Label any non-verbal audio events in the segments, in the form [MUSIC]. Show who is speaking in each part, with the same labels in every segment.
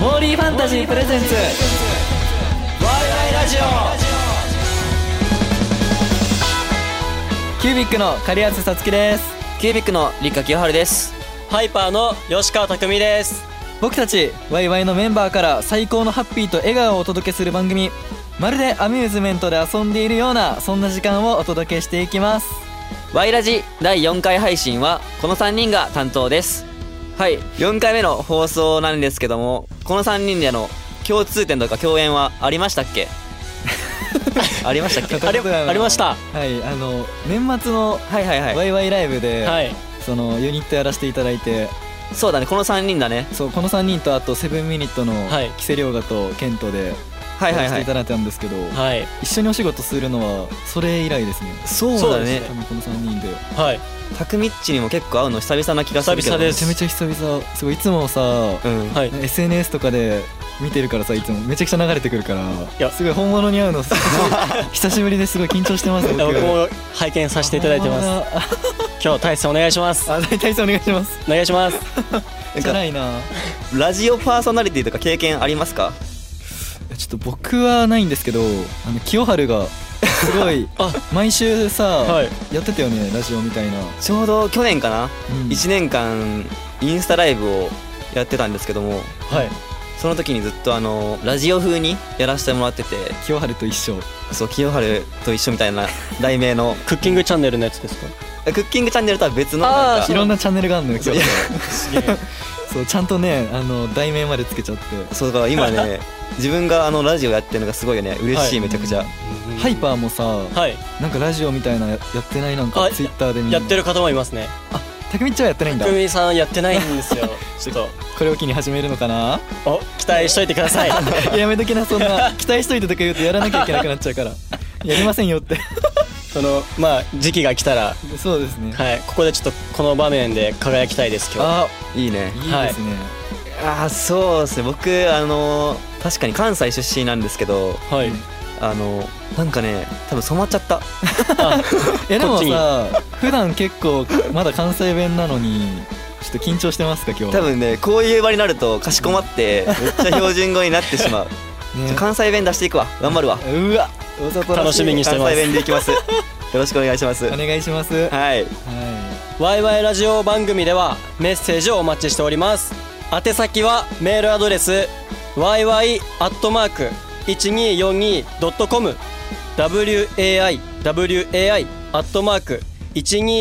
Speaker 1: モーリーファンタジープレゼンツワイワイラジオキュービックの狩安さつきです
Speaker 2: キュービックの立花清春です。
Speaker 3: ハイパーの吉川匠です。
Speaker 1: 僕たちワイワイのメンバーから最高のハッピーと笑顔をお届けする番組まるでアミューズメントで遊んでいるようなそんな時間をお届けしていきます
Speaker 2: ワイラジ第4回配信はこの3人が担当です。はい、4回目の放送なんですけども、この3人での共通点とか共演はありましたっ
Speaker 1: [LAUGHS]
Speaker 2: けありましたっけ
Speaker 1: 片
Speaker 3: あり
Speaker 1: 言だよな
Speaker 3: ありました。
Speaker 1: はいあの年末の
Speaker 2: はいはいは
Speaker 1: ワ
Speaker 2: い。
Speaker 1: イワイライブで、
Speaker 3: はい。
Speaker 1: そのユニットやらせていただいて
Speaker 2: そうだね、この3人だね。
Speaker 1: そうこの3人とあとセブンミニットの
Speaker 3: はい
Speaker 1: キセリョウガとケントで
Speaker 2: は
Speaker 1: や
Speaker 2: いは
Speaker 1: らせてい
Speaker 2: いは
Speaker 1: た
Speaker 2: い。
Speaker 1: だいたんですけど、
Speaker 3: はい。
Speaker 1: 一緒にお仕事するのはそれ以来ですね
Speaker 2: そう
Speaker 3: そう
Speaker 2: だ
Speaker 3: です
Speaker 2: ね
Speaker 3: ね。
Speaker 1: 多分この3人で
Speaker 3: はい。
Speaker 2: タクミッチにも結構会うの久々な気がするけど。
Speaker 3: 久々で
Speaker 1: め
Speaker 3: す
Speaker 1: ちゃめちゃ久々すごいいつもさ、
Speaker 2: うん。
Speaker 3: はい。
Speaker 1: SNS とかで見てるからさいつもめちゃくちゃ流れてくるか
Speaker 3: や
Speaker 1: らすごい本物に会うの
Speaker 2: [LAUGHS]
Speaker 1: すごい久しぶりですごい緊張してます僕
Speaker 3: 僕も拝見させていただいてます。
Speaker 1: す
Speaker 3: 今日大勢お願いしま
Speaker 1: [LAUGHS]
Speaker 3: す。
Speaker 1: あ大体お願いします
Speaker 3: お願いします。
Speaker 1: じゃないな
Speaker 2: ラジオパーソナリティとか経験ありますか
Speaker 1: ちょっと僕はないんですけどあの清春がすごい
Speaker 3: [LAUGHS] あ
Speaker 1: 毎週さ、
Speaker 3: はい
Speaker 1: やってたよねラジオみたいな、
Speaker 2: ちょうど去年かな、
Speaker 1: うん
Speaker 2: 1年間インスタライブをやってたんですけども
Speaker 3: はい。
Speaker 2: その時にずっとあのラジオ風にやらせてもらってて
Speaker 1: 清春と一緒
Speaker 2: そう清春と一緒みた
Speaker 3: [LAUGHS]
Speaker 2: いな題名の
Speaker 3: クッキングチャンネルのやつですか。
Speaker 2: クッキングチャンネルとは別の
Speaker 3: あー
Speaker 2: なん
Speaker 1: い
Speaker 2: か
Speaker 1: ろんなチャンネルがあるのよ清
Speaker 2: そういや
Speaker 1: 春
Speaker 3: すげえ。
Speaker 1: [LAUGHS] そうちゃんとねあの題名までつけちゃって
Speaker 2: そうだから
Speaker 3: [LAUGHS]
Speaker 2: 今ね自分があのラジオやってるのがすごいよね嬉しい、
Speaker 3: は
Speaker 2: めちゃくちゃ
Speaker 1: ハイパーもさ、
Speaker 3: はい。
Speaker 1: なんかラジオみたいなややってないなんか
Speaker 3: あ
Speaker 1: ツイッターで見
Speaker 3: やってる方もいますね。
Speaker 1: たくみっちゃんはやってないんだ
Speaker 3: 匠さんやってないんですよ。ちょっ
Speaker 1: これを機に始めるのか
Speaker 3: [LAUGHS]
Speaker 1: な
Speaker 3: と。お、期待しといてくだ [LAUGHS] さい。
Speaker 1: やめときなそんな期待しといてとか言うとやらなきゃいけなくなっちゃうからやりませんよ
Speaker 3: [LAUGHS]
Speaker 1: って
Speaker 3: その、まあ、時期が来たら、
Speaker 1: そうですね、
Speaker 3: はい。ここでちょっと、この場面で輝きたいです、今日。
Speaker 1: あ
Speaker 2: いいね
Speaker 1: [LAUGHS] いいですね、
Speaker 2: ああそうですね僕あの確かに関西出身なんですけど
Speaker 3: はい。
Speaker 2: あのなんかね多分染まっちゃった
Speaker 3: [LAUGHS]
Speaker 1: いやでも
Speaker 3: こっちに
Speaker 1: さ普段結構まだ関西弁なのにちょっと緊張してますか今日
Speaker 2: 多分ねこういう場になるとかしこまってめっちゃ標準語になってしまう
Speaker 1: ね
Speaker 2: ちょ関西弁出していくわ頑張るわ
Speaker 1: うわわざとらい
Speaker 3: 楽しみにしてます
Speaker 2: 関西弁でいき [LAUGHS] ますよろしくお願いします
Speaker 1: お願いしますはい、
Speaker 2: はい
Speaker 3: ワイワイラジオ番組ではメッセージをお待ちしております宛先はメールアドレス yy.1242.com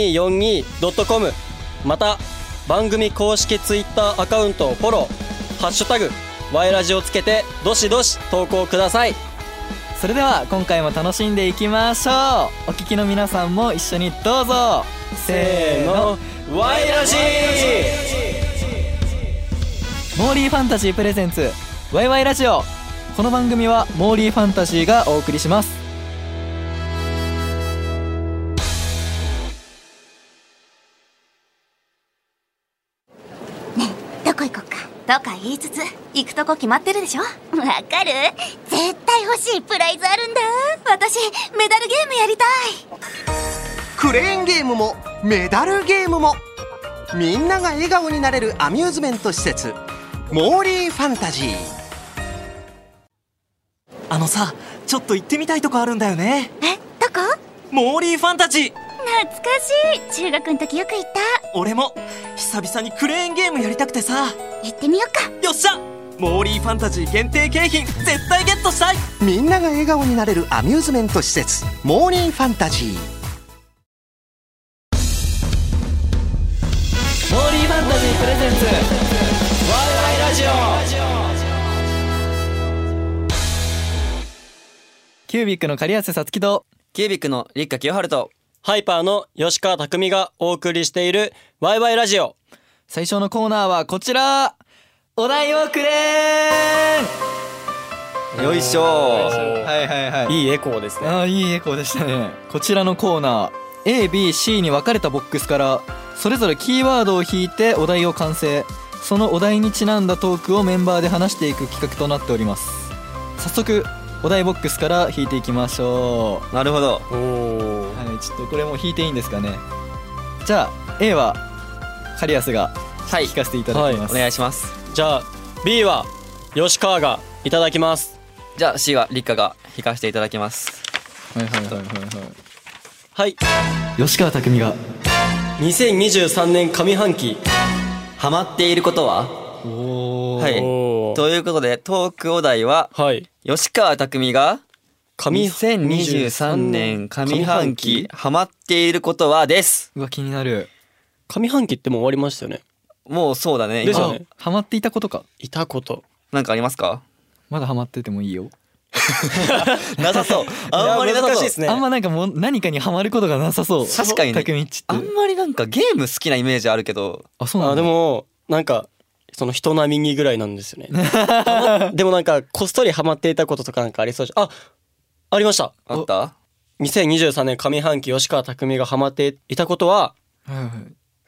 Speaker 3: waiwai.1242.com また番組公式ツイッターアカウントをフォロー「ハッシュタグワイラジ」をつけてどしどし投稿ください
Speaker 1: それでは今回も楽しんでいきましょうお聞きの皆さんも一緒にどうぞせーの
Speaker 3: 「ワイラジ」
Speaker 1: モーリーファンタジープレゼンツワイワイラジオこの番組はモーリーファンタジーがお送りします
Speaker 4: どこ行こっかとか言いつつ行くとこ決まってるでしょわかる絶対欲しいプライズあるんだ私メダルゲームやりたい
Speaker 5: クレーンゲームもメダルゲームもみんなが笑顔になれるアミューズメント施設モーリーファンタジー
Speaker 6: あのさちょっと行ってみたいとこあるんだよね
Speaker 4: えどこ
Speaker 6: モーリーファンタジー
Speaker 4: 懐かしい中学の時よく行った
Speaker 6: 俺も久々にクレーンゲームやりたくてさ
Speaker 4: 行ってみよっか
Speaker 6: よっしゃモーリーファンタジー限定景品絶対ゲットしたい
Speaker 5: みんなが笑顔になれるアミューズメント施設モーリーファンタジー
Speaker 1: モーリーファンタジープレゼンツキュービックの狩安さつきと
Speaker 2: キュービックの立花清春と
Speaker 3: ハイパーの吉川匠がお送りしているワイワイラジオ
Speaker 1: 最初のコーナーはこちらお題をくれー
Speaker 2: よいしょ
Speaker 1: んはいはいはい
Speaker 3: いいエコーですね。
Speaker 1: あーいいエコーでしたねこちらのコーナー ABC に分かれたボックスからそれぞれキーワードを引いてお題を完成そのお題にちなんだトークをメンバーで話していく企画となっております早速お題ボックスから引いていきましょ
Speaker 2: なるほど
Speaker 3: おお
Speaker 1: う。はいちょっとこれもう引いていいんですかねじゃあ A はカリアスが
Speaker 2: はい
Speaker 1: 引かせていただきます、
Speaker 2: お願いします
Speaker 3: じゃあ B は吉川がいただきます
Speaker 2: じゃあ C は立花が引かせていただきます
Speaker 1: はいはいはいはいは
Speaker 3: はい
Speaker 1: い吉川匠が
Speaker 3: 2023年上半期
Speaker 2: ハマっていることは
Speaker 1: お
Speaker 2: はい
Speaker 3: おー
Speaker 2: ということでトークお題は
Speaker 3: はい
Speaker 2: 吉川匠が
Speaker 3: 上
Speaker 2: 2023年上半期ハマっていることはです
Speaker 1: うわ気になる
Speaker 3: 上半期ってもう終わりましたよね
Speaker 2: もうそうだね
Speaker 3: です
Speaker 2: 今
Speaker 3: よね
Speaker 1: あハマっていたことか
Speaker 3: いたこと
Speaker 2: なんかありますか
Speaker 1: まだハマっててもいいよ
Speaker 2: なさそうあんまりなさ
Speaker 3: 難し [LAUGHS] い
Speaker 2: そう
Speaker 3: ですね
Speaker 1: あんまなんかもう何かにハマることがなさそう
Speaker 2: 確かにね
Speaker 1: 匠っち
Speaker 2: あ
Speaker 1: っ
Speaker 2: ん
Speaker 1: て
Speaker 2: まりなんかゲーム好きなイメージあるけど
Speaker 1: あそうな
Speaker 3: あ
Speaker 1: ん
Speaker 3: で
Speaker 1: だ
Speaker 3: もなんかその人並みにぐらいなん
Speaker 2: [LAUGHS]
Speaker 3: ですよねたまでもなんかこっそりハマっていたこととかなんかありそうじゃんあありました
Speaker 2: あった
Speaker 3: 2023年上半期吉川匠がハマっていたことは
Speaker 1: はいはいはい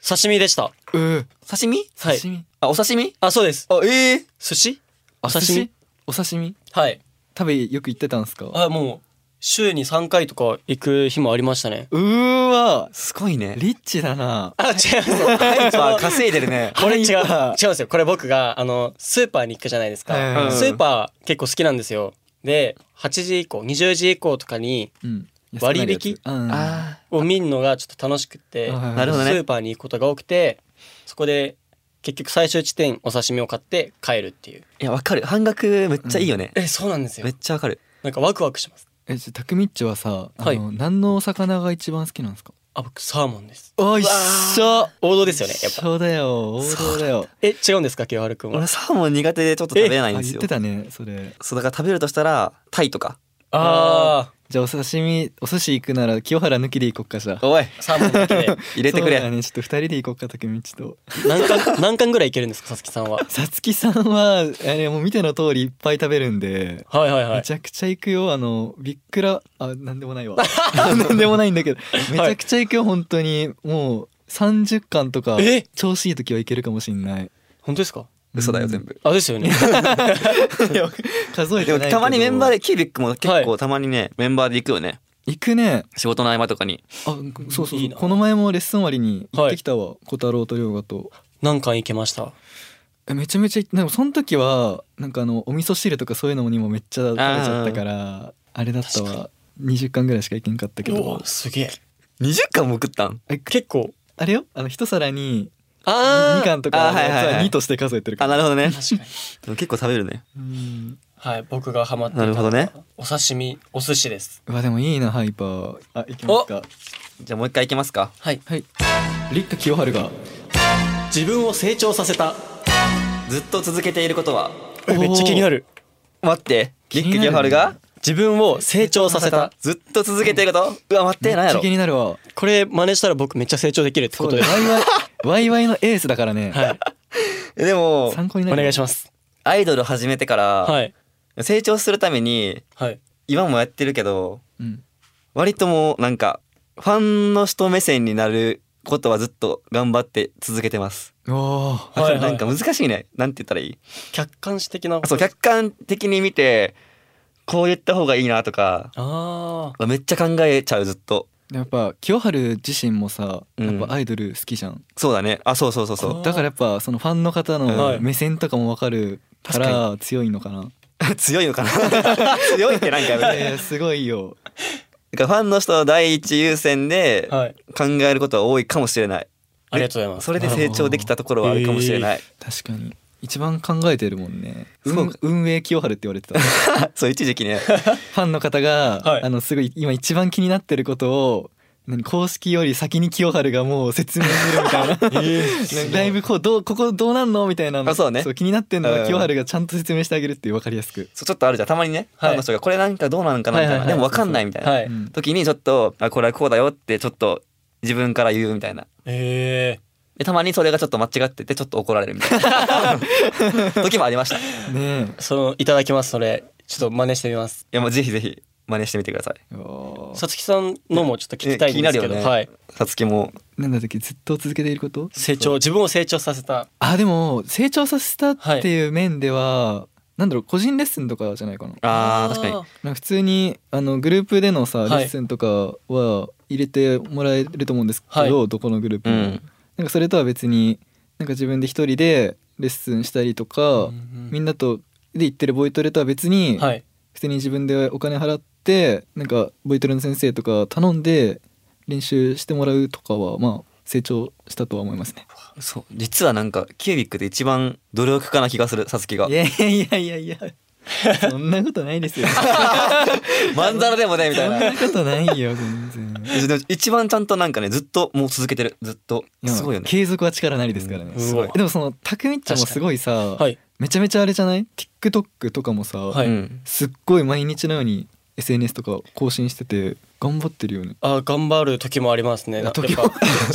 Speaker 3: 刺身でした
Speaker 1: うー
Speaker 2: 刺身
Speaker 3: はい
Speaker 1: 刺身
Speaker 2: あお刺 [LAUGHS] 身
Speaker 3: あそうです
Speaker 2: あええ
Speaker 3: 寿司お
Speaker 1: お
Speaker 3: 刺
Speaker 1: 寿
Speaker 3: 身
Speaker 1: 司お刺身
Speaker 3: はい
Speaker 1: 食べよく行ってたんですか
Speaker 3: あもう週に3回とか行く日もありましたね
Speaker 1: うーわ
Speaker 2: すごいね
Speaker 1: リッチだな
Speaker 3: あ違います
Speaker 2: ハイ [LAUGHS] パー稼いでるね
Speaker 3: これ違う違
Speaker 1: ハ
Speaker 3: うんですよこれ僕があのスーパーに行くじゃないですか、
Speaker 1: はい
Speaker 3: スーパー結構好きなんですよで8時以降20時以降とかに
Speaker 1: うん
Speaker 3: 割引
Speaker 1: 安くなるやつうん
Speaker 2: あ
Speaker 3: を見るのがちょっと楽しくっ
Speaker 1: は
Speaker 3: て
Speaker 1: いはいはい
Speaker 2: なるほどね
Speaker 3: スーパーに行くことが多くてそこで結局最終地点お刺身を買って帰るっていう
Speaker 2: ーいやわかる半額めっちゃいいよね、
Speaker 3: えそうなんですよ
Speaker 2: めっちゃわかる
Speaker 3: なんかワクワクします
Speaker 1: えじゃあ匠っちはさあ
Speaker 3: はい
Speaker 1: の何のお魚が一番好きなんですか
Speaker 3: あ僕サーモンです
Speaker 1: おいっしょ
Speaker 3: 王道ですよねやっ
Speaker 1: 一
Speaker 3: ぱ
Speaker 1: 緒だよ王道だよ
Speaker 3: え違うんですか清原くんは
Speaker 2: 俺サーモン苦手でちょっと食べれないんで
Speaker 1: あ
Speaker 2: す
Speaker 1: 言っ
Speaker 2: よ
Speaker 1: てたねそれ
Speaker 2: そうだから食べるとしたらタイとか
Speaker 3: あ
Speaker 1: じゃあお刺身お寿司行くなら清原抜きで行こっかじゃあ
Speaker 2: おい
Speaker 3: ーサーモンだけで
Speaker 2: 入れてく
Speaker 1: そうだ
Speaker 2: れ
Speaker 1: ねちょっと二人で行こっか匠っちと
Speaker 3: [LAUGHS] 何巻何巻ぐらいいけるんですかさつきさんは
Speaker 1: さつきさんはあれもう見ての通りいっぱい食べるんで
Speaker 3: はいはいは
Speaker 1: め
Speaker 3: い
Speaker 1: ちゃくちゃ行くよあのびっくらあなんでもないわなんでもないんだけどめちゃくちゃ行くよ本当にもう30巻とか
Speaker 3: え
Speaker 1: 調子いい時はいけるかもしんない
Speaker 3: 本当ですか
Speaker 2: 嘘だよ全部
Speaker 3: あです [LAUGHS] よね
Speaker 1: 数えて
Speaker 2: で
Speaker 1: な
Speaker 2: も
Speaker 1: いけど
Speaker 2: たまにメンバーでキービックも結
Speaker 3: は
Speaker 2: 構たまにねメンバーで行くよね
Speaker 1: 行くね
Speaker 2: 仕事の合間とかに
Speaker 1: あそうそう
Speaker 3: いいな
Speaker 1: この前もレッスン終わりに行ってきたわ、小太郎と涼河と
Speaker 3: 何巻いけました
Speaker 1: えめちゃめちゃなんかその時はなんかあのお味噌汁とかそういうのにもめっちゃ食べちゃったからあれだったわ20巻ぐらいしかいけんかったけ
Speaker 3: うわ
Speaker 1: ど
Speaker 3: すげえ
Speaker 2: 20巻も食ったん
Speaker 1: え
Speaker 3: 結構
Speaker 1: あれよあの一皿に
Speaker 3: あ
Speaker 1: 2巻とか
Speaker 2: あー
Speaker 1: のやつ
Speaker 2: はいはいは
Speaker 1: はい2として数えてるか
Speaker 2: あ
Speaker 1: ら
Speaker 2: なるほどね
Speaker 3: 確かに
Speaker 2: でも結構食べるね
Speaker 1: うん
Speaker 3: はい僕がハマっていた
Speaker 2: なるほどね
Speaker 3: お刺身お寿司です
Speaker 1: うわでもいいなハイパーあいきますか
Speaker 2: じゃあもう一回行きますか
Speaker 3: はい
Speaker 1: はい立花清春が
Speaker 3: 自分を成長させた
Speaker 2: ずっと続けていることは
Speaker 1: おー
Speaker 3: めっちゃ気になる
Speaker 2: 待ってリッ
Speaker 1: 気
Speaker 2: ク・
Speaker 1: になるね
Speaker 2: ギャファルが
Speaker 3: 自分を成長させた
Speaker 2: ずっと続けていることうわ待って何
Speaker 1: めっ
Speaker 2: や
Speaker 1: ちゃ
Speaker 2: ろ
Speaker 1: 気になるわ
Speaker 3: これ真似したら僕めっちゃ成長できるって
Speaker 1: そ
Speaker 3: こ
Speaker 1: う
Speaker 3: と
Speaker 1: だ
Speaker 3: で
Speaker 1: よ
Speaker 3: す
Speaker 1: ワイ
Speaker 2: [LAUGHS]
Speaker 1: ワイワイワイのエースだからね、
Speaker 3: はい
Speaker 2: えでも
Speaker 1: 参考にな
Speaker 3: お
Speaker 1: る
Speaker 3: 願いし
Speaker 1: ま
Speaker 3: ます
Speaker 2: アイドル始めてか
Speaker 3: は
Speaker 2: ら
Speaker 3: い
Speaker 2: 成長するために
Speaker 3: はい
Speaker 2: 今もやってるけど
Speaker 1: す、うん、
Speaker 2: 割ともうなんかファンの人目線になることはずっと頑張って続けてます。
Speaker 1: おー
Speaker 3: はいはい
Speaker 2: なんか難しいね。なんて言ったらいい
Speaker 3: 客観視的な
Speaker 2: そう客観的に見てこう言った方がいいなとか
Speaker 3: あ
Speaker 2: めっちゃ考えちゃうずっと。
Speaker 1: やっぱ清春自身もさ
Speaker 2: うん
Speaker 1: やっぱアイドル好きじゃん、
Speaker 2: そうだね。あそうそうそうそ
Speaker 1: だからやっぱそのファンの方
Speaker 3: は
Speaker 1: の
Speaker 3: い
Speaker 1: 目線とかも分かるから強いのかな、
Speaker 2: [LAUGHS] う。 [LAUGHS] 強いのかな強いってなんかやめて
Speaker 1: いやいやすごいよ
Speaker 2: なんかファンの人の第一優先で
Speaker 3: あはい
Speaker 2: 考えることは多いかもしれない。
Speaker 3: ありがとうございます
Speaker 2: それで成長できたところはあるかもしれない。
Speaker 1: 確かに一番考えてるもんね
Speaker 2: そう
Speaker 1: 運運営清春って言われてたフ
Speaker 2: そう一時期ね。 [LAUGHS]
Speaker 1: ァンの方が、
Speaker 3: はい
Speaker 1: あのすごい今一番気になってることを何公式より先に清春がもう説明するみ
Speaker 2: [LAUGHS]
Speaker 1: たいな [LAUGHS] なんかライブこうどうここどうなんのみたいなの
Speaker 2: あそうね
Speaker 1: 気になってんの
Speaker 2: うん
Speaker 1: は清春がちゃんと説明してあげるっていう分かりやすく、
Speaker 2: そうちょっとあるじゃんたまにね、
Speaker 3: はい
Speaker 2: ファンの人がこれなんかどうなんかなみたいな、
Speaker 3: はいはいはい
Speaker 2: でも分かんないみたいな、
Speaker 3: はい
Speaker 1: うん
Speaker 2: 時にちょっとあこれはこうだよってちょっと自分から言うみたいな
Speaker 3: え
Speaker 2: でたまにそれがちょっと間違っててちょっと怒られるみたいな
Speaker 3: [LAUGHS]
Speaker 2: 時もありましたい
Speaker 1: ね
Speaker 3: えそのいただきますそれちょっと真似してみます
Speaker 2: やもうぜひぜひ真似してみてください
Speaker 1: えおー
Speaker 3: さつきさんのもちょっと聞きたいんですけ
Speaker 2: え気
Speaker 3: ど
Speaker 2: になるよね
Speaker 3: はい
Speaker 2: さつきも
Speaker 1: なんだったっけずっと続けていること
Speaker 3: 成長自分を成長させた
Speaker 1: あでも成長させたっていう面では、なんだろう個人レッスンとかじゃないかな
Speaker 2: あー確かに
Speaker 1: なんか普通にあのグループでのさ、
Speaker 3: はい
Speaker 1: レッスンとかは入れてもらえると思うんですけど、どこのグループ
Speaker 2: う
Speaker 1: も、
Speaker 2: ん
Speaker 1: なんかそれとは別になんか自分で一人でレッスンしたりとか、
Speaker 3: うんうん
Speaker 1: みんなとで行ってるボイトレとは別に、
Speaker 3: はい
Speaker 1: 普通に自分でお金払ってなんかボイトレの先生とか頼んで練習してもらうとかはまあ成長したとは思いますね。
Speaker 2: そう実はなんかキュービックで一番努力家な気がするさつきが
Speaker 1: い [LAUGHS] やいやいやいやそんなことないですよ。
Speaker 2: まんざらでもねみたいな
Speaker 1: そんなことないよ全然。
Speaker 2: でも一番ちゃんとなんかねずっともう続けてるずっと
Speaker 1: いや
Speaker 2: [LAUGHS] すごいよね
Speaker 1: 継続は力なりですからね。
Speaker 3: うんすごい
Speaker 1: でもそのたくみっちゃんもすごいさ、
Speaker 3: はい
Speaker 1: めちゃめちゃあれじゃない ?TikTok とかもさ、
Speaker 3: はい
Speaker 2: うん
Speaker 1: すっごい毎日のように SNS とか更新してて頑張ってるよね。
Speaker 3: あー頑張る時もありますねやっぱ
Speaker 1: 時も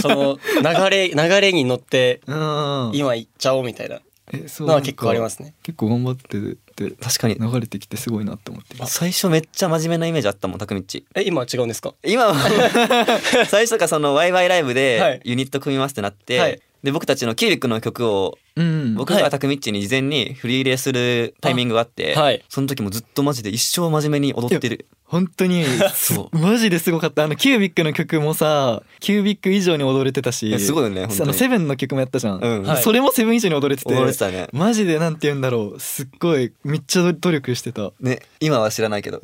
Speaker 3: その流れ流れに乗って
Speaker 1: うん
Speaker 3: 今行っちゃおうみたいな
Speaker 1: えそ。
Speaker 3: のは結構ありますすね
Speaker 1: 結構頑張ってて
Speaker 2: 確かに
Speaker 1: 流れてきてすごいなって思
Speaker 2: [LAUGHS]
Speaker 1: ってます。
Speaker 2: 最初めっちゃ真面目なイメージあったもんたくみっち
Speaker 3: え今は違うんですか
Speaker 2: 今は最初がそのワイワイライブ
Speaker 3: は
Speaker 2: で
Speaker 3: い
Speaker 2: ユニット組みますってなって、
Speaker 3: はい
Speaker 2: で僕たちのキュービックの曲を
Speaker 1: うん。
Speaker 2: 僕がたくみっちに事前に振り入れするタイミングがあって、
Speaker 3: あはい
Speaker 2: その時もずっとマジで一生真面目に踊ってる
Speaker 1: 本当に
Speaker 2: そ
Speaker 1: マジですごかったあのキュービックの曲もさキュービック以上に踊れてた
Speaker 2: い
Speaker 1: し
Speaker 2: やすごいよね本
Speaker 1: あ
Speaker 2: 当
Speaker 1: の
Speaker 2: に
Speaker 1: セブンの曲もやったじゃん、
Speaker 2: うん、
Speaker 3: はい
Speaker 1: それもセブン以上に踊れてて
Speaker 2: 踊れてたね
Speaker 1: マジでなんて言うんだろうすっごいめっちゃ努力してた
Speaker 2: ね今は知らないけど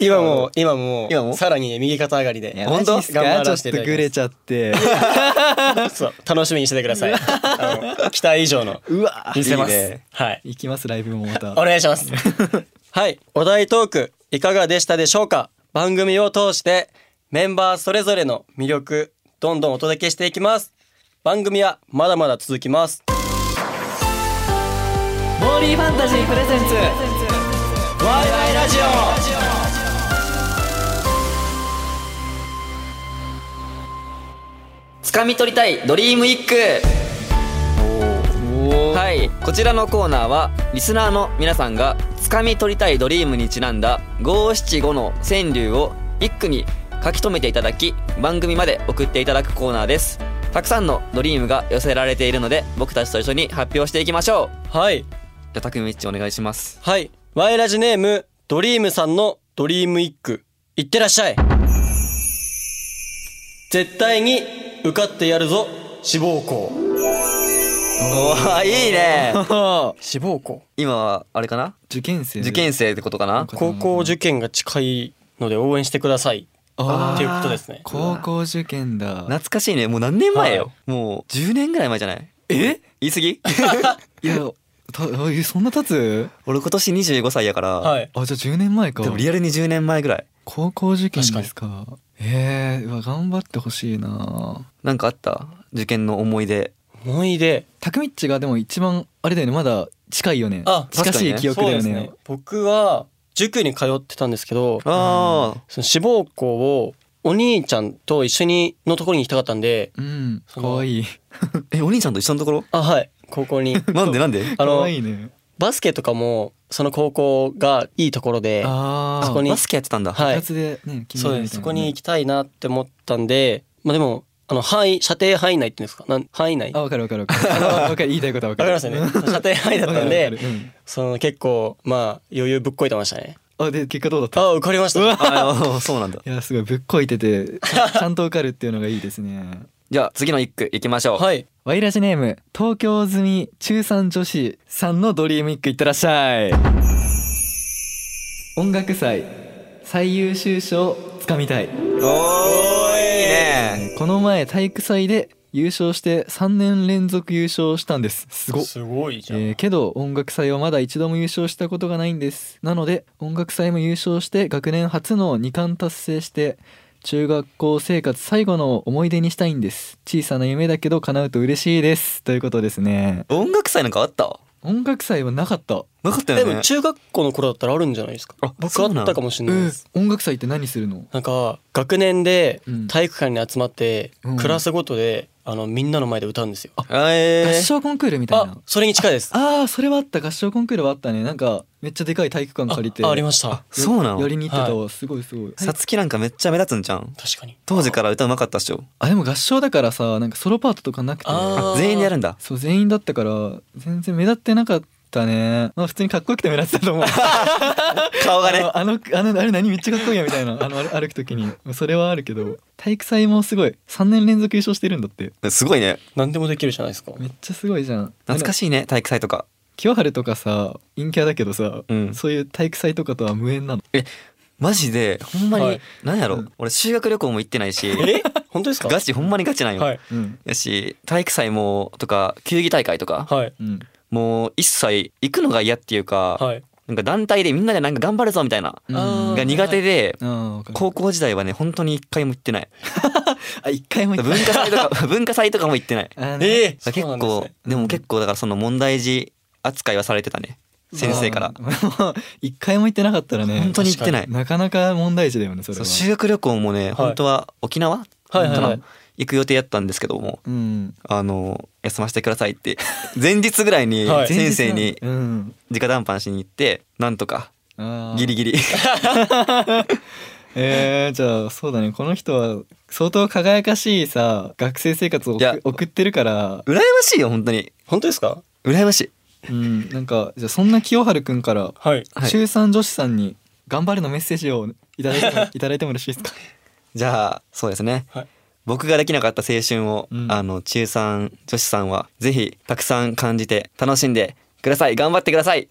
Speaker 3: 今も今も
Speaker 2: 今も
Speaker 3: さらに右肩上がりで
Speaker 2: や本当
Speaker 1: マジっすか
Speaker 3: 頑張
Speaker 1: ちょ
Speaker 3: ら
Speaker 1: っ
Speaker 3: せて
Speaker 1: と
Speaker 3: いただきます
Speaker 1: グレちゃって
Speaker 3: そう楽しみにしててくださいあの期待以上の
Speaker 1: うわ
Speaker 3: 見せます
Speaker 2: いいね
Speaker 3: はい
Speaker 1: 行きますライブもまた
Speaker 3: お願いします [LAUGHS] はいお題トークいかがでしたでしょうか番組を通してメンバーそれぞれの魅力どんどんお届けしていきます番組はまだまだ続きます
Speaker 2: モーリーファンタジープレゼンツ
Speaker 3: ワイワイラジオ
Speaker 2: 掴み取りたいドリームイックはいこちらのコーナーはリスナーの皆さんが掴み取りたいドリームにちなんだ575の川柳を一句に書き留めていただき番組まで送っていただくコーナーですたくさんのドリームが寄せられているので僕たちと一緒に発表していきましょう
Speaker 3: はい
Speaker 2: じゃあたくみっちお願いします
Speaker 3: はいワイラジネームドリームさんのドリーム一句いってらっしゃい絶対に受かってやるぞ志望校
Speaker 2: おおい
Speaker 3: [LAUGHS]
Speaker 2: いね
Speaker 3: 志望校
Speaker 2: 今はあれかな
Speaker 1: 受験生
Speaker 2: 受験生ってことかな
Speaker 3: 高校受験が近いので応援してください
Speaker 1: あー
Speaker 3: っていうことですね
Speaker 1: 高校受験だ
Speaker 2: 懐かしいねもう何年前よ、
Speaker 3: は
Speaker 2: もう10年ぐらい前じゃない
Speaker 1: え
Speaker 2: 言い
Speaker 3: [LAUGHS]
Speaker 2: 過ぎ
Speaker 1: いやたえそんな経つ
Speaker 2: 俺今年25歳やから、
Speaker 3: はい
Speaker 1: あじゃあ10年前か
Speaker 2: でもリアルに10年前ぐらい
Speaker 1: 高校受験ですかええうわ頑張ってほしいな
Speaker 2: なんかあった受験の思い出
Speaker 3: 思い出
Speaker 1: たくみっちがでも一番あれだよねまだ近いよね
Speaker 3: あ
Speaker 1: 近しい記憶だよね
Speaker 3: 僕は塾に通ってたんですけど
Speaker 2: ああ、
Speaker 3: その志望校をお兄ちゃんと一緒にのところに行きたかったんで
Speaker 1: うん
Speaker 3: そ
Speaker 1: か
Speaker 3: の
Speaker 1: わいい
Speaker 2: えお兄ちゃんと一緒のところ
Speaker 3: あはい高
Speaker 1: [LAUGHS]
Speaker 3: 校に
Speaker 2: なんでなんで
Speaker 3: あ
Speaker 1: か
Speaker 3: の
Speaker 1: わいいね
Speaker 3: バスケとかもその高校がいいところで
Speaker 1: ああ
Speaker 3: そこに
Speaker 2: バスケやってたんだ、
Speaker 3: はい
Speaker 1: 部活でね決
Speaker 3: そう
Speaker 1: めるみ
Speaker 3: です
Speaker 1: たいなね
Speaker 3: そこに行きたいなって思ったんでまあでもあの範囲射程範囲内っていうんですかなん範囲内
Speaker 1: あ
Speaker 3: わ
Speaker 1: わかるわかるわかるあのわかる言いたいことはわ
Speaker 3: か
Speaker 1: か
Speaker 3: り
Speaker 1: る
Speaker 3: ますよね射程範囲だった
Speaker 1: わ
Speaker 3: ん
Speaker 1: かる
Speaker 3: で
Speaker 1: わかるうん
Speaker 3: その結構まあ余裕ぶっこいてましたね
Speaker 1: あで結果どうだった
Speaker 3: あ受かりました
Speaker 2: ああそうなんだ
Speaker 1: いやすごいぶっこいててちゃん [LAUGHS] ちゃんと受かるっていうのがいいですね
Speaker 2: じゃあ次の一句いきましょう、
Speaker 3: はい
Speaker 1: ワイラジネーム東京済み中3女子さんのドリームイックいってらっしゃい音楽祭最優秀賞つかみたい
Speaker 2: おーいいね
Speaker 1: この前体育祭で優勝して3年連続優勝したんですすごっ
Speaker 3: すごいじ
Speaker 1: えーけど音楽祭はまだ一度も優勝したことがないんですなので音楽祭も優勝して学年初の2冠達成して中学校生活最後の思い出にしたいんです小さな夢だけど叶うと嬉しいですということですね
Speaker 2: 音楽祭なんかあった
Speaker 1: 音楽祭はなかった
Speaker 2: なかった
Speaker 3: で
Speaker 2: よね
Speaker 3: も中学校の頃だったらあるんじゃないですか
Speaker 2: あ
Speaker 3: 僕
Speaker 2: そ
Speaker 3: あ
Speaker 2: うなん
Speaker 3: ったかもしれないです、
Speaker 1: 音楽祭って何するの
Speaker 3: なんか学年で
Speaker 1: うん
Speaker 3: 体育館に集まって、
Speaker 1: うん
Speaker 3: クラスごとであのみんなの前で歌うんですよ、
Speaker 2: あえ
Speaker 1: 合
Speaker 2: ー、
Speaker 1: 唱コンクールみたい
Speaker 3: あ
Speaker 1: な
Speaker 3: それに近いですあ
Speaker 1: ああーそれはあった合唱コンクールはあったねなんかめっちゃでかい体育館借りて
Speaker 3: あありました
Speaker 2: そうな
Speaker 1: や
Speaker 2: の
Speaker 1: りに行ってたわ、すごいすごい
Speaker 2: さつきなんかめっちゃ目立つんじゃん
Speaker 3: 確かに
Speaker 2: 当時から歌うまかったっしょ
Speaker 1: あでも合唱だからさなんかソロパートとかなくて
Speaker 3: あー
Speaker 2: 全員でやるんだ
Speaker 1: [LAUGHS] そう全員だったから全然目立ってなかったね、まあ、普通にかっこよくて目立ってたと
Speaker 2: [LAUGHS]
Speaker 1: 思う
Speaker 2: 顔が
Speaker 1: あ
Speaker 2: ね
Speaker 1: のあのあのあれ何めっちゃかっこいいやみたいなあの歩歩く時にそれはあるけど体育祭もすごい3年連続優勝してるんだって
Speaker 2: すごいね
Speaker 3: 何でもできるじゃないですか
Speaker 1: めっちゃすごいじゃん
Speaker 2: 懐か
Speaker 1: しい
Speaker 2: しいね体育祭とか
Speaker 1: 清春とかさ陰キャだけどさ、
Speaker 2: うん
Speaker 1: そういう体育祭とかとは無縁なの
Speaker 2: マジでほんまに、
Speaker 3: はい
Speaker 2: なんやろ、
Speaker 1: うん
Speaker 2: 俺修学旅行も行ってないし
Speaker 3: え本当ですか
Speaker 2: ガチほんまにガチなんよ、
Speaker 3: はい
Speaker 1: うん
Speaker 2: やし体育祭もとか球技大会とか、
Speaker 3: はい
Speaker 1: うん
Speaker 2: もう一切行くのが嫌っていうか、
Speaker 3: はい
Speaker 2: なんか団体でみんなでなんか頑張るぞみたいな、
Speaker 1: あ
Speaker 2: が苦手で、
Speaker 1: あわかる
Speaker 2: 高校時代はね本当に一回も行ってない
Speaker 1: あ一回も行
Speaker 2: 文
Speaker 1: った
Speaker 2: 化祭とか文化祭とかも行ってない
Speaker 1: あーね
Speaker 3: え
Speaker 2: 結
Speaker 3: そうなんです
Speaker 2: 構
Speaker 3: ね
Speaker 2: でも結構だからその問題児扱いはされてたね先生から
Speaker 1: あー一回も行ってなかったらね
Speaker 2: 本当に行ってない
Speaker 1: なかなか問題児だよねそれ
Speaker 2: そ
Speaker 1: は
Speaker 2: う修学旅行もね、本当は沖縄か
Speaker 3: はいはいはい
Speaker 2: な行く予定やったんですけども
Speaker 1: うん
Speaker 2: あの休ませてくださいって [LAUGHS] 前日ぐらいに
Speaker 3: はい
Speaker 2: 先生
Speaker 1: 前
Speaker 2: に
Speaker 1: 日なうん
Speaker 2: 直談判しに行ってなんとか
Speaker 1: あー
Speaker 2: ギリギリ [LAUGHS]
Speaker 1: えー、じゃあそうだねこの人は相当輝かしいさ学生生活を
Speaker 2: いや
Speaker 1: 送送ってるから、
Speaker 2: 羨ましいよ本当に
Speaker 3: 本当ですか
Speaker 2: 羨ましい
Speaker 1: うん、なんかじゃあそんな清春くんから、
Speaker 3: はい
Speaker 2: はい
Speaker 1: 中3女子さんに「頑張れ」のメッセージをいただいて
Speaker 3: [LAUGHS]
Speaker 1: もいただいてもよろしいですか
Speaker 2: じゃあそうですね、
Speaker 3: はい
Speaker 2: 僕ができなかった青春を、
Speaker 1: うん
Speaker 2: あの中3女子さんはぜひたくさん感じて楽しんでください頑張ってください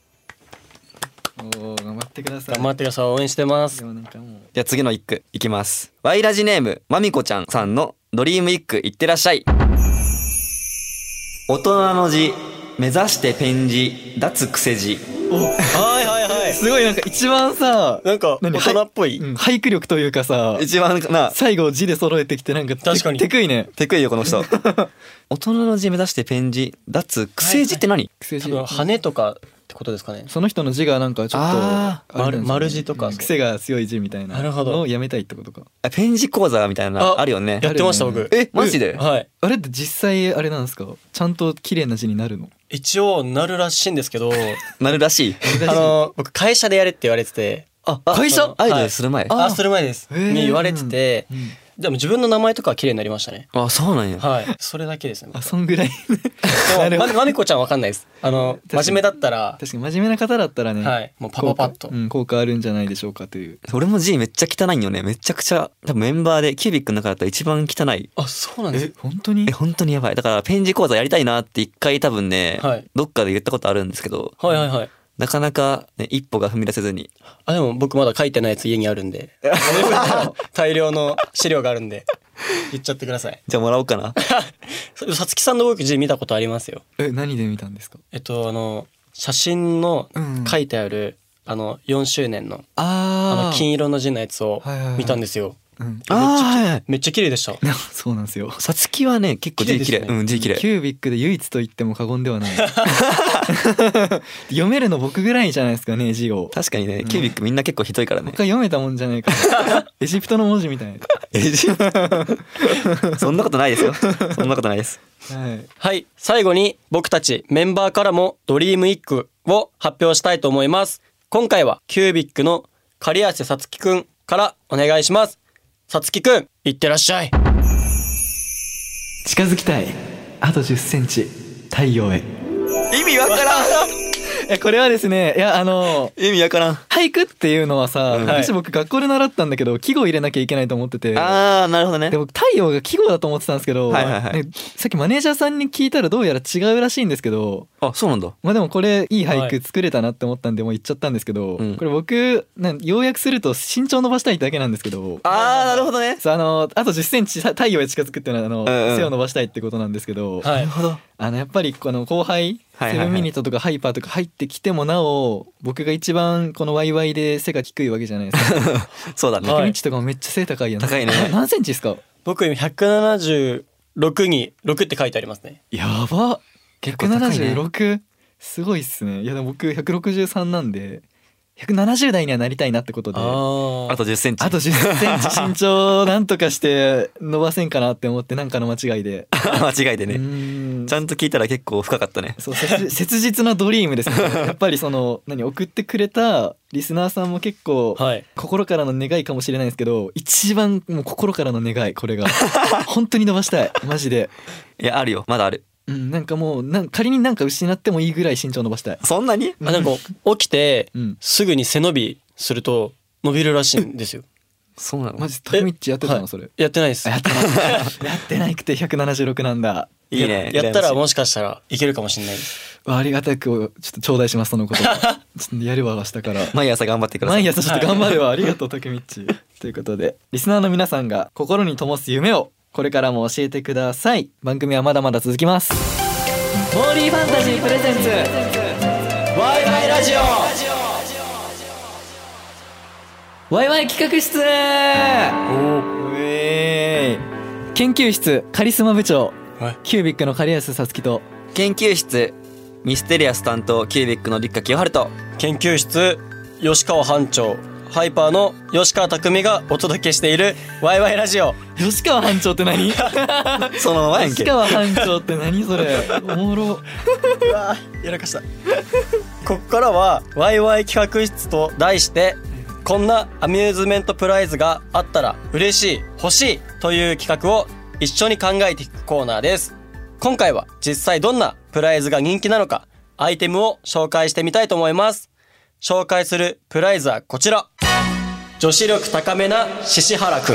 Speaker 1: おー頑張ってください
Speaker 3: 頑張ってください応援してます
Speaker 1: でもなんかもう
Speaker 2: じゃあ次の一句いきますワイラジネームまみこちゃんさんのドリーム一句いってらっしゃい大人の字目指してペン字脱癖字
Speaker 3: はいはいはい
Speaker 1: すごいなんか一番さ
Speaker 3: なんか大
Speaker 1: 何
Speaker 3: 人っぽい
Speaker 1: うん俳句力というかさ
Speaker 2: 一番な
Speaker 1: 最後字で揃えてきてなんかて
Speaker 3: 確かに
Speaker 1: てくいね
Speaker 2: テクいよこの人大人の字目指してペン字脱癖字って何、
Speaker 1: 癖
Speaker 3: 多
Speaker 1: 字
Speaker 3: 分羽とかってことですかね
Speaker 1: その人の字がなんかちょっと
Speaker 2: あ
Speaker 1: あれなんですよ
Speaker 3: 丸丸字とか
Speaker 1: うん癖が強い字みたいな
Speaker 3: なるほど
Speaker 1: のをやめたいってことか
Speaker 2: あペン字講座みたいなのあるよね
Speaker 3: やってました
Speaker 1: あるよ
Speaker 3: 僕
Speaker 1: ね
Speaker 2: えマジで、
Speaker 3: はい
Speaker 1: あれって実際あれなんですかちゃんと綺麗な字になるの
Speaker 3: 一応なるらしいんですけど
Speaker 2: なるらしい
Speaker 3: [LAUGHS] あの僕会社でやれって言われてて
Speaker 2: あ会社
Speaker 3: あ
Speaker 2: アイドルする前、
Speaker 3: あする前です
Speaker 1: へー
Speaker 3: に言われてて
Speaker 1: うん
Speaker 3: でも自分の名前とかは綺麗になりましたね
Speaker 2: あそうなんや
Speaker 3: はいそれだけですね
Speaker 1: あそんぐらい [LAUGHS] な
Speaker 3: で
Speaker 1: る
Speaker 3: も
Speaker 1: ほ
Speaker 3: ま
Speaker 1: ど
Speaker 3: まみこちゃんわかんないですあの
Speaker 1: 確かに
Speaker 3: 真面目だったら
Speaker 1: 確かに真面目な方だったらね
Speaker 3: はいもうパパパッ
Speaker 1: 効
Speaker 3: と
Speaker 1: 果うん効果あるんじゃないでしょうかという
Speaker 2: 俺も G めっちゃ汚いんよねめちゃくちゃ多分メンバーでキュービックの中だったら一番汚い
Speaker 3: あそうなんです
Speaker 1: 本当に
Speaker 2: え本当にやばいだからペン字講座やりたいなって一回多分ね、
Speaker 3: はい
Speaker 2: どっかで言ったことあるんですけど
Speaker 3: はいはいはい
Speaker 2: なかなか、ね、一歩が踏み出せずに
Speaker 3: あでも僕まだ書いてないやつ家にあるん [LAUGHS] で大量の資料があるんで言っちゃってください
Speaker 2: じゃあもらおうかな
Speaker 3: そさつきさんの僕字見たことありますよ
Speaker 1: え何で見たんですか
Speaker 3: えっとあの写真の
Speaker 1: うん
Speaker 3: 書いてある、あの4周年のあ
Speaker 1: あ
Speaker 3: の
Speaker 1: ー
Speaker 3: 金色の字のやつを
Speaker 1: はいはいはい
Speaker 3: 見たんですよ、
Speaker 1: うん
Speaker 2: ああ
Speaker 3: めっちゃ綺麗でした
Speaker 1: そうなんですよ
Speaker 2: さつきはね結構
Speaker 3: 綺麗
Speaker 2: G
Speaker 3: ですね
Speaker 2: 綺麗、うん G 綺
Speaker 1: キ
Speaker 2: 麗
Speaker 1: ュービックで唯一と言っても過言ではない読めるの僕ぐらいじゃないですかね字を
Speaker 2: 確かにね、キュービックみんな結構ひどいからね
Speaker 1: 他読めたもんじゃないからエジプトの文字みたい
Speaker 2: え G そんなことないですよそんなことないです
Speaker 1: な、はい、
Speaker 3: はい最後に僕たちメンバーからもドリーム一句を発表したいと思います今回はキュービックの狩足さつきくんからお願いしますさつきくんいってらっしゃい
Speaker 1: 近づきたいあと1 0ンチ太陽へ
Speaker 2: 意味わからん
Speaker 1: [LAUGHS] えこれはですねいやあの
Speaker 2: 意味わからんあ
Speaker 1: 俳句っていうのはさ、
Speaker 2: うん
Speaker 1: 昔僕学校で習ったんだけど季語入れなきゃいけないと思ってて
Speaker 2: あーなるほどね
Speaker 1: で僕太陽が季語だと思ってたんですけど、
Speaker 2: はいはいはい
Speaker 1: ねさっきマネージャーさんに聞いたらどうやら違うらしいんですけど
Speaker 2: あそうなんだ
Speaker 1: まあでもこれいい
Speaker 3: は
Speaker 1: 俳
Speaker 3: い
Speaker 1: 句作れたなって思ったんでもう言っちゃったんですけど、
Speaker 2: うん
Speaker 1: これ僕なん要約すると身長伸ばしたいだけなんですけど
Speaker 2: ああなるほど [LAUGHS] ね
Speaker 1: そうあのあと1 0ンチさ太陽へ近づくっていうのはあの、
Speaker 2: うんうん
Speaker 1: 背を伸ばしたいってことなんですけど、
Speaker 3: はい
Speaker 2: ほど
Speaker 1: あのやっぱりこの後輩
Speaker 2: はいはい
Speaker 1: セ
Speaker 2: はい
Speaker 1: ブンミニットとかハイパーとか入ってきてもなお僕が一番このワイワイで背が低いわけじゃない
Speaker 2: [LAUGHS]
Speaker 1: ですか。
Speaker 2: そうだね、
Speaker 3: はい
Speaker 1: ミッチとかもめっちゃ背高いやん。
Speaker 2: 高いね
Speaker 1: な何センチですか。
Speaker 3: 僕今176に6って書いてありますね
Speaker 1: やば。
Speaker 2: 結構
Speaker 1: 百
Speaker 2: 高
Speaker 1: 七
Speaker 2: い
Speaker 1: 十
Speaker 2: ね
Speaker 1: 六すごいっすね。いやでも僕百六十三なんで百七十代にはなりたいなってことで。あ
Speaker 3: あ
Speaker 2: あと1 0ンチ
Speaker 1: と10センチ身長なんとかして伸ばせんかなって思ってなんかの間違いで。
Speaker 2: 間違いで
Speaker 1: う
Speaker 2: [LAUGHS] ね
Speaker 1: ーん
Speaker 2: ちゃんと聞いたら結構深かったね
Speaker 1: そう
Speaker 3: [LAUGHS]
Speaker 1: 切切実なドリームですねやっぱりその何送ってくれたリスナーさんも結構、
Speaker 3: はい
Speaker 1: 心からの願いかもしれないですけど一番もう心からの願いこれ
Speaker 3: [LAUGHS]
Speaker 1: が本当に伸ばしたいマジで、
Speaker 2: いやあるよまだある
Speaker 1: うん、なんかもうなん仮になんか失ってもいいぐらい身長伸ばしたい
Speaker 2: そんなに
Speaker 3: あなんか起きて
Speaker 1: うん
Speaker 3: すぐに背伸びすると伸びるらしいんですよ
Speaker 2: そうなの
Speaker 1: マジ [LAUGHS] タミッチやってた
Speaker 3: は
Speaker 1: の
Speaker 3: い
Speaker 1: それ
Speaker 3: やってないです
Speaker 1: あやってないやってないくて176なんだ
Speaker 2: いいね
Speaker 3: やったら
Speaker 2: 羨ま
Speaker 3: もしかしたらいけるかもしれないです
Speaker 1: うありがたくちょっと頂戴しますそのこと
Speaker 3: [LAUGHS]
Speaker 1: ちょっとやるわ明日から
Speaker 2: 毎朝頑張ってください
Speaker 1: 毎朝ちょっと頑張るわありがとうタケミッチということでリスナーの皆さんが心に灯す夢をこれからも教えてください番組はまだまだ続きます
Speaker 2: モーリーファンタジープレゼンツワイワイラジオワイワイ企画室
Speaker 1: うえーい研究室カリスマ部長、
Speaker 3: はい
Speaker 1: キュービックの狩安さつきと
Speaker 2: 研究室ミステリアス担当キュービックの立花清春と
Speaker 3: 研究室吉川班長ハイパーの吉川匠がお届けしているワイワイラジオ
Speaker 1: 吉川班長って
Speaker 2: [LAUGHS]
Speaker 1: 何
Speaker 2: そのままやん
Speaker 1: 吉
Speaker 2: け
Speaker 1: 川班長って何それおもろ
Speaker 3: やらかしたここからはワイワイ企画室と題してこんなアミューズメントプライズがあったら嬉しい欲しいという企画を一緒に考えていくコーナーです今回は実際どんなプライズが人気なのかアイテムを紹介してみたいと思います紹介するプライズはこちら女子力高めな獅子原く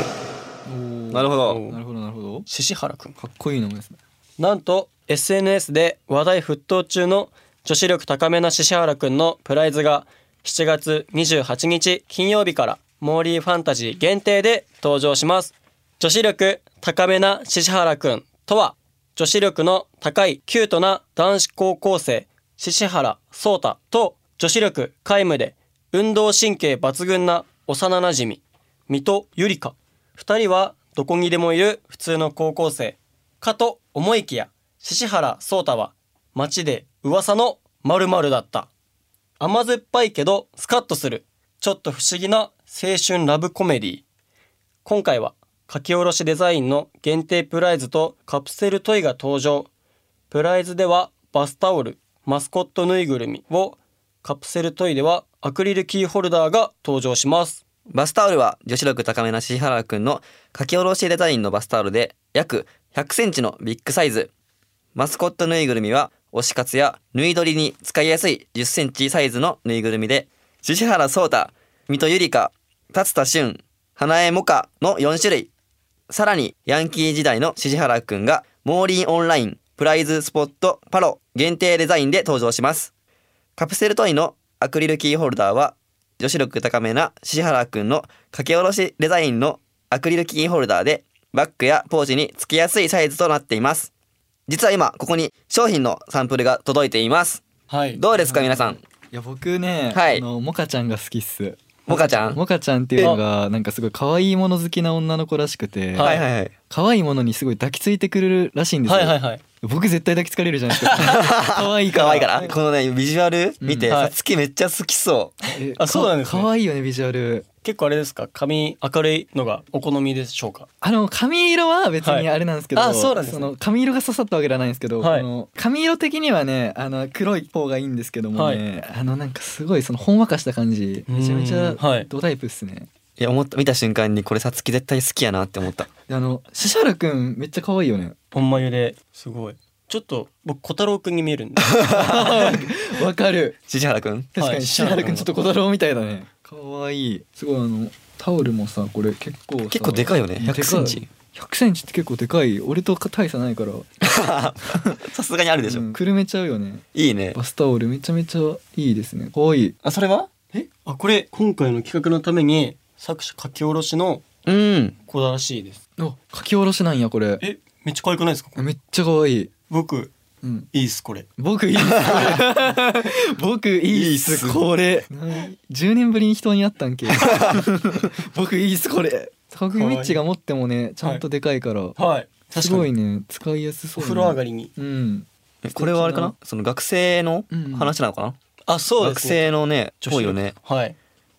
Speaker 3: ん
Speaker 2: なるほど
Speaker 1: なるほどなるほど
Speaker 3: 獅子原くん
Speaker 1: かっこいい名前ですね
Speaker 3: なんと SNS で話題沸騰中の女子力高めな獅子原くんのプライズが7月28日金曜日からモーリーファンタジー限定で登場します女子力高めな獅子原くんとは女子力の高いキュートな男子高校生獅子原聡太と女子力皆無で運動神経抜群な幼なじみ水戸ゆりか2人はどこにでもいる普通の高校生かと思いきや獅子原聡太は街で噂の〇〇だった甘酸っぱいけどスカッとするちょっと不思議な青春ラブコメディ今回は書き下ろしデザインの限定プライズとカプセルトイが登場プライズではバスタオルマスコットぬいぐるみをカプセルトイではアクリルキーホルダーが登場します
Speaker 2: バスタオルは女子力高めなシ原くんの書き下ろしデザインのバスタオルで約100センチのビッグサイズ。マスコットぬいぐるみは推し活やぬい取りに使いやすい10センチサイズのぬいぐるみで、獅原聡太、水戸ゆりか、達田俊、花江萌歌の4種類。さらにヤンキー時代の獅原くんがモーリーオンラインプライズスポットパロ限定デザインで登場します。カプセルトイのアクリルキーホルダーは女子力高めな獅原くんの掛け下ろしデザインのアクリルキーホルダーでバッグやポーチにつきやすいサイズとなっています実は今ここに商品のサンプルが届いています
Speaker 3: はい
Speaker 2: どうですか皆さん
Speaker 1: いや僕ね、
Speaker 2: はい
Speaker 1: あのモカちゃんが好きっす
Speaker 2: モカちゃん
Speaker 1: モカちゃんっていうのがなんかすごい可愛いもの好きな女の子らしくて、
Speaker 3: はい
Speaker 2: はいはい
Speaker 1: 可愛いものにすごい抱きついてくれるらしいんですよ、
Speaker 3: はいはいはい
Speaker 1: 僕絶対抱きつかれるじゃないです
Speaker 3: [LAUGHS]
Speaker 1: か可愛いから
Speaker 2: 可愛いからこのねビジュアル見て
Speaker 3: うんはい
Speaker 2: さつきめっちゃ好きそう
Speaker 1: え
Speaker 3: あそうなんですね
Speaker 1: か可愛いよねビジュアル
Speaker 3: 結構あれですか髪明るいのがお好みでしょうか
Speaker 1: あの髪色は別
Speaker 3: はい
Speaker 1: にあれなんですけど、
Speaker 3: あそうなんですね
Speaker 1: の髪色が刺さったわけじゃないんですけど、
Speaker 3: はい
Speaker 1: この髪色的にはねあの黒い方がいいんですけどもね、あのなんかすごいそのほんわかした感じめちゃめち
Speaker 3: うんは
Speaker 1: ゃ
Speaker 3: い
Speaker 1: ドタイプっすね、
Speaker 2: いや思った見た瞬間にこれさつき絶対好きやなって思った
Speaker 1: であのシシャラくんめっちゃ可愛いよ
Speaker 2: [LAUGHS]
Speaker 1: ね
Speaker 3: ほんまゆですごいちょっと僕小太郎くんに見えるんで
Speaker 1: わかる
Speaker 2: 獅原くん
Speaker 1: 確か
Speaker 3: はい
Speaker 1: にシシャラくんちょっと小太郎みたいだね可愛いすごいあのタオルもさこれ結構さ
Speaker 2: 結構でかいよね
Speaker 1: でかい
Speaker 2: 100センチ
Speaker 1: 100センチって結構でかい俺と大差ないから
Speaker 2: さすがにあるでしょ、
Speaker 1: うんくるめちゃうよね
Speaker 2: いいね
Speaker 1: バスタオルめちゃめちゃいいですね可愛い
Speaker 2: あそれは
Speaker 3: え [LAUGHS] あこれ今回の企画のために作者書き下ろしの
Speaker 2: うん
Speaker 3: 子だらしいです
Speaker 1: お書き下ろしなんやこれ
Speaker 3: えめっちゃ可愛くないですか
Speaker 1: めっちゃ可愛い
Speaker 3: 僕
Speaker 1: うん
Speaker 3: いいっすこれ
Speaker 1: 僕いいっすこ [LAUGHS] れ僕いいっ
Speaker 2: いいっす
Speaker 1: すこれなん10年ぶりに人に会ったんけ [LAUGHS] 僕いいっすこれタグミッチが持ってもねちゃんとでかいから、
Speaker 3: はい
Speaker 1: すごいね使いやすそうな
Speaker 3: お風呂上がりに
Speaker 1: うん
Speaker 2: えこれはあれかなその学生の
Speaker 1: うん
Speaker 2: 話なのかな、
Speaker 3: あそ
Speaker 2: 学生のね
Speaker 3: 女子
Speaker 2: 多いよね
Speaker 3: はい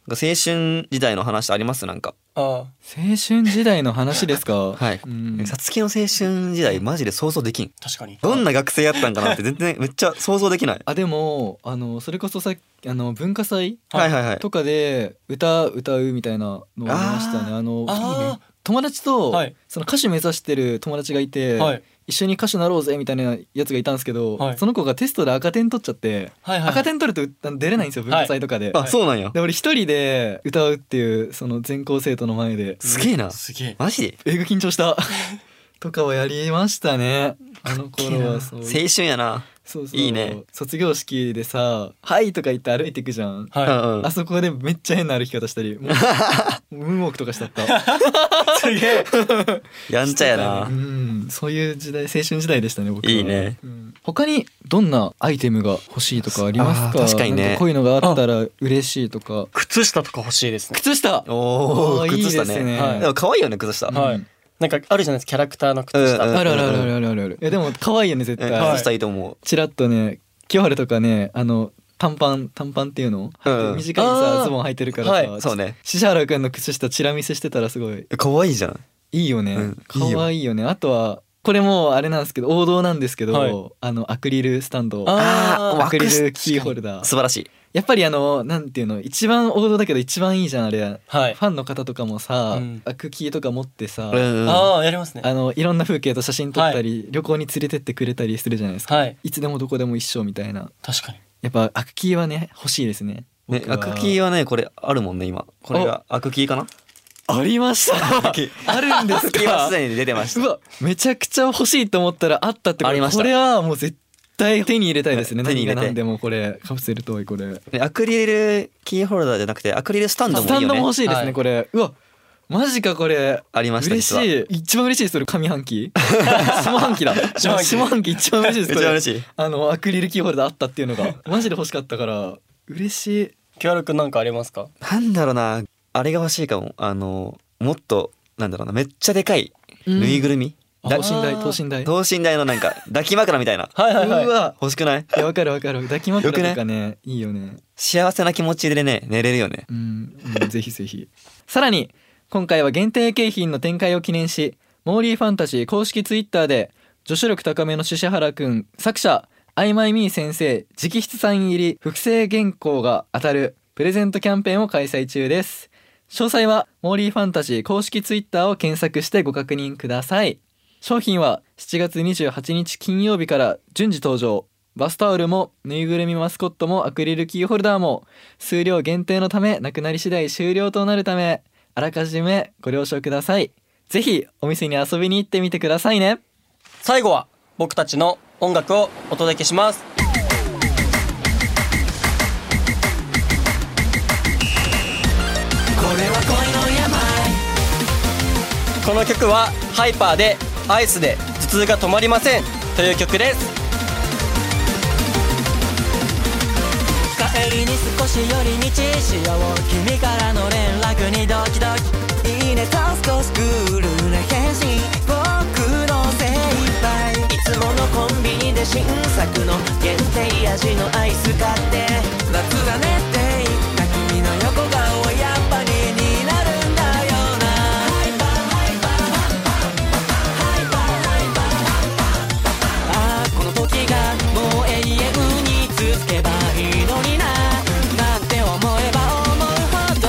Speaker 2: なんか青春時代の話ありますなんか
Speaker 3: あ
Speaker 1: 青春時代の話です [LAUGHS] か
Speaker 2: はい
Speaker 1: うん
Speaker 2: さつきの青春時代マジで想像できん
Speaker 3: 確かに
Speaker 2: どんな学生やったんかなって
Speaker 1: [LAUGHS]
Speaker 2: 全然めっちゃ想像できない
Speaker 1: あでもあのそれこそさっきあの文化祭
Speaker 2: はいはいはい
Speaker 1: とかで歌歌うみたいなのありましたねあの
Speaker 3: あ
Speaker 1: 友達と、
Speaker 3: はい
Speaker 1: その歌手目指してる友達がいて、
Speaker 3: ーはい
Speaker 1: 一緒に歌手なろうぜみたいなやつがいたんですけど、
Speaker 3: はい
Speaker 1: その子がテストで赤点取っちゃって、
Speaker 3: はいはい
Speaker 1: 赤点取ると出れないんですよ文化祭とかで。
Speaker 2: あそうなんや
Speaker 1: で俺一人で歌うっていうその全校生徒の前です
Speaker 2: げえな
Speaker 3: すげえ
Speaker 2: マジ
Speaker 1: 英語緊張したとかはやりましたねあの頃はそう
Speaker 2: 青春やな
Speaker 1: そうそう
Speaker 2: いいね
Speaker 1: 卒業式でさ「はい」とか言って歩いていくじゃん、
Speaker 2: う
Speaker 3: は
Speaker 2: んうん
Speaker 1: あそこでめっちゃ変な歩き方したりもうもうムーンウォークとかしちゃった
Speaker 3: い。すげえ。
Speaker 2: やんちゃやな
Speaker 1: うんそういう時代青春時代でしたね僕はい
Speaker 2: いね
Speaker 1: うん他にどんなアイテムが欲しいとかありますか
Speaker 2: あー確かにね
Speaker 1: なんこういうのがあったら嬉しいとか
Speaker 3: 靴下とか欲しいですね。
Speaker 1: 靴下
Speaker 2: お
Speaker 1: あ
Speaker 2: お
Speaker 1: ーいい
Speaker 2: 靴
Speaker 1: です
Speaker 2: 下
Speaker 1: ね
Speaker 2: ね
Speaker 1: はい
Speaker 2: でも可愛いよね靴下
Speaker 3: はい
Speaker 1: うん。
Speaker 3: なんかあるじゃないですか。キャラクターの靴下。
Speaker 2: うんうん
Speaker 1: あるあるあるあるあるあるあるいやでも可愛いよね絶
Speaker 2: うん
Speaker 1: 対、
Speaker 2: 靴下いいと思う
Speaker 1: チラッとね清原とかねあの短パン短パンっていうの、
Speaker 2: うん
Speaker 1: 短いさ
Speaker 3: あー
Speaker 1: ズボン履いてるからさ、
Speaker 3: は
Speaker 2: そうね
Speaker 1: シ原くんの靴下チラ見せしてたらすごい
Speaker 2: 可愛いじゃん
Speaker 1: いいよね、
Speaker 2: うん
Speaker 1: 可愛かわいいよねあとはこれもうあれなんですけど王道なんですけど、
Speaker 3: はい
Speaker 1: あのアクリルスタンド
Speaker 3: あ
Speaker 2: あ
Speaker 3: ー
Speaker 2: ー
Speaker 1: アクリル
Speaker 2: 枠
Speaker 1: キーホルダー
Speaker 2: 素晴らしい
Speaker 1: やっぱりあのなんていうの一番王道だけど一番いいじゃんあれ、
Speaker 3: はい
Speaker 1: フ。ァンの方とかもさ、
Speaker 3: うん
Speaker 1: アクキーとか持ってさ、
Speaker 2: うん
Speaker 3: ああやりますね。
Speaker 1: あのいろんな風景と写真撮ったり、旅行に連れてってくれたりするじゃないですか、
Speaker 3: はい。
Speaker 1: いつでもどこでも一緒みたいな
Speaker 3: 確かに。
Speaker 1: やっぱアクキーはね欲しいですね
Speaker 2: ね
Speaker 1: 僕は
Speaker 2: アクキーはねこれあるもんね今これがアクキーかな
Speaker 1: ありました [LAUGHS] あるんで
Speaker 2: ア
Speaker 1: す
Speaker 2: クキーは
Speaker 1: か
Speaker 2: すでに出てまし
Speaker 1: う
Speaker 2: た
Speaker 1: わめちゃくちゃ欲しいと思ったらあったってこと
Speaker 2: ありました
Speaker 1: これはもう絶対手に入れたいですね
Speaker 2: 手に入れ
Speaker 1: 何
Speaker 2: て
Speaker 1: が何でもこれカプセルトイこれ
Speaker 2: ねアクリルキーホルダーじゃなくてアクリルスタンド
Speaker 1: ス
Speaker 2: もい
Speaker 1: タ
Speaker 2: い
Speaker 1: ンドも欲
Speaker 2: よね
Speaker 1: しいです
Speaker 3: は
Speaker 1: ね
Speaker 3: い
Speaker 1: これうわマジかこれ
Speaker 2: ありました
Speaker 1: 嬉しい一番嬉しいですそれ上半
Speaker 2: [LAUGHS]
Speaker 1: 期下半期だ
Speaker 3: 下半期
Speaker 1: 下半期一番嬉しいです
Speaker 2: めっ
Speaker 1: こ
Speaker 2: ちゃ
Speaker 1: れ
Speaker 2: 嬉しい
Speaker 1: あのアクリルキーホルダーあったっていうのがマジで欲しかったから嬉しい
Speaker 3: キャラくんなんかありますか？
Speaker 2: なんだろうなあれが欲しいかもあのもっとなんだろうなめっちゃでかい
Speaker 1: うん
Speaker 2: ぬいぐるみ、
Speaker 1: あ
Speaker 2: だ
Speaker 1: 等身大等身大
Speaker 2: 等身大のなんか抱き枕
Speaker 1: [LAUGHS]
Speaker 2: みたいな
Speaker 3: はいはいはい。
Speaker 1: うわ
Speaker 2: 欲しくない
Speaker 1: いやわかるわかる抱き枕
Speaker 2: よ
Speaker 1: と
Speaker 2: く
Speaker 1: かねいいよね
Speaker 2: 幸せな気持ちでね寝れるよね
Speaker 1: うん、うんぜひぜひさらに今回は限定景品の展開を記念しモーリーファンタジー公式ツイッターで女子力高めの獅原くん作者あいまいみー先生直筆サイン入り複製原稿が当たるプレゼントキャンペーンを開催中です詳細はモーリーファンタジー公式ツイッターを検索してご確認ください商品は7月28日金曜日から順次登場バスタオルもぬいぐるみマスコットもアクリルキーホルダーも数量限定のためなくなり次第終了となるためあらかじめご了承くださいぜひお店に遊びに行ってみてくださいね
Speaker 3: 最後は僕たちの音楽をお届けします。この曲はハイパーでアイスで頭痛が止まりませんという曲です。
Speaker 7: 帰りに少し寄り道しよう君からの連絡にドキドキいいねと少しクールな返信僕の精一杯いつものコンビニで新作の限定味のアイス買って夏だねって言った君の横顔はやっぱりになるんだよなハイパーハイパーハイパーハイパーああこの時がもう永遠に続けばいいのにななんて思えば思うほど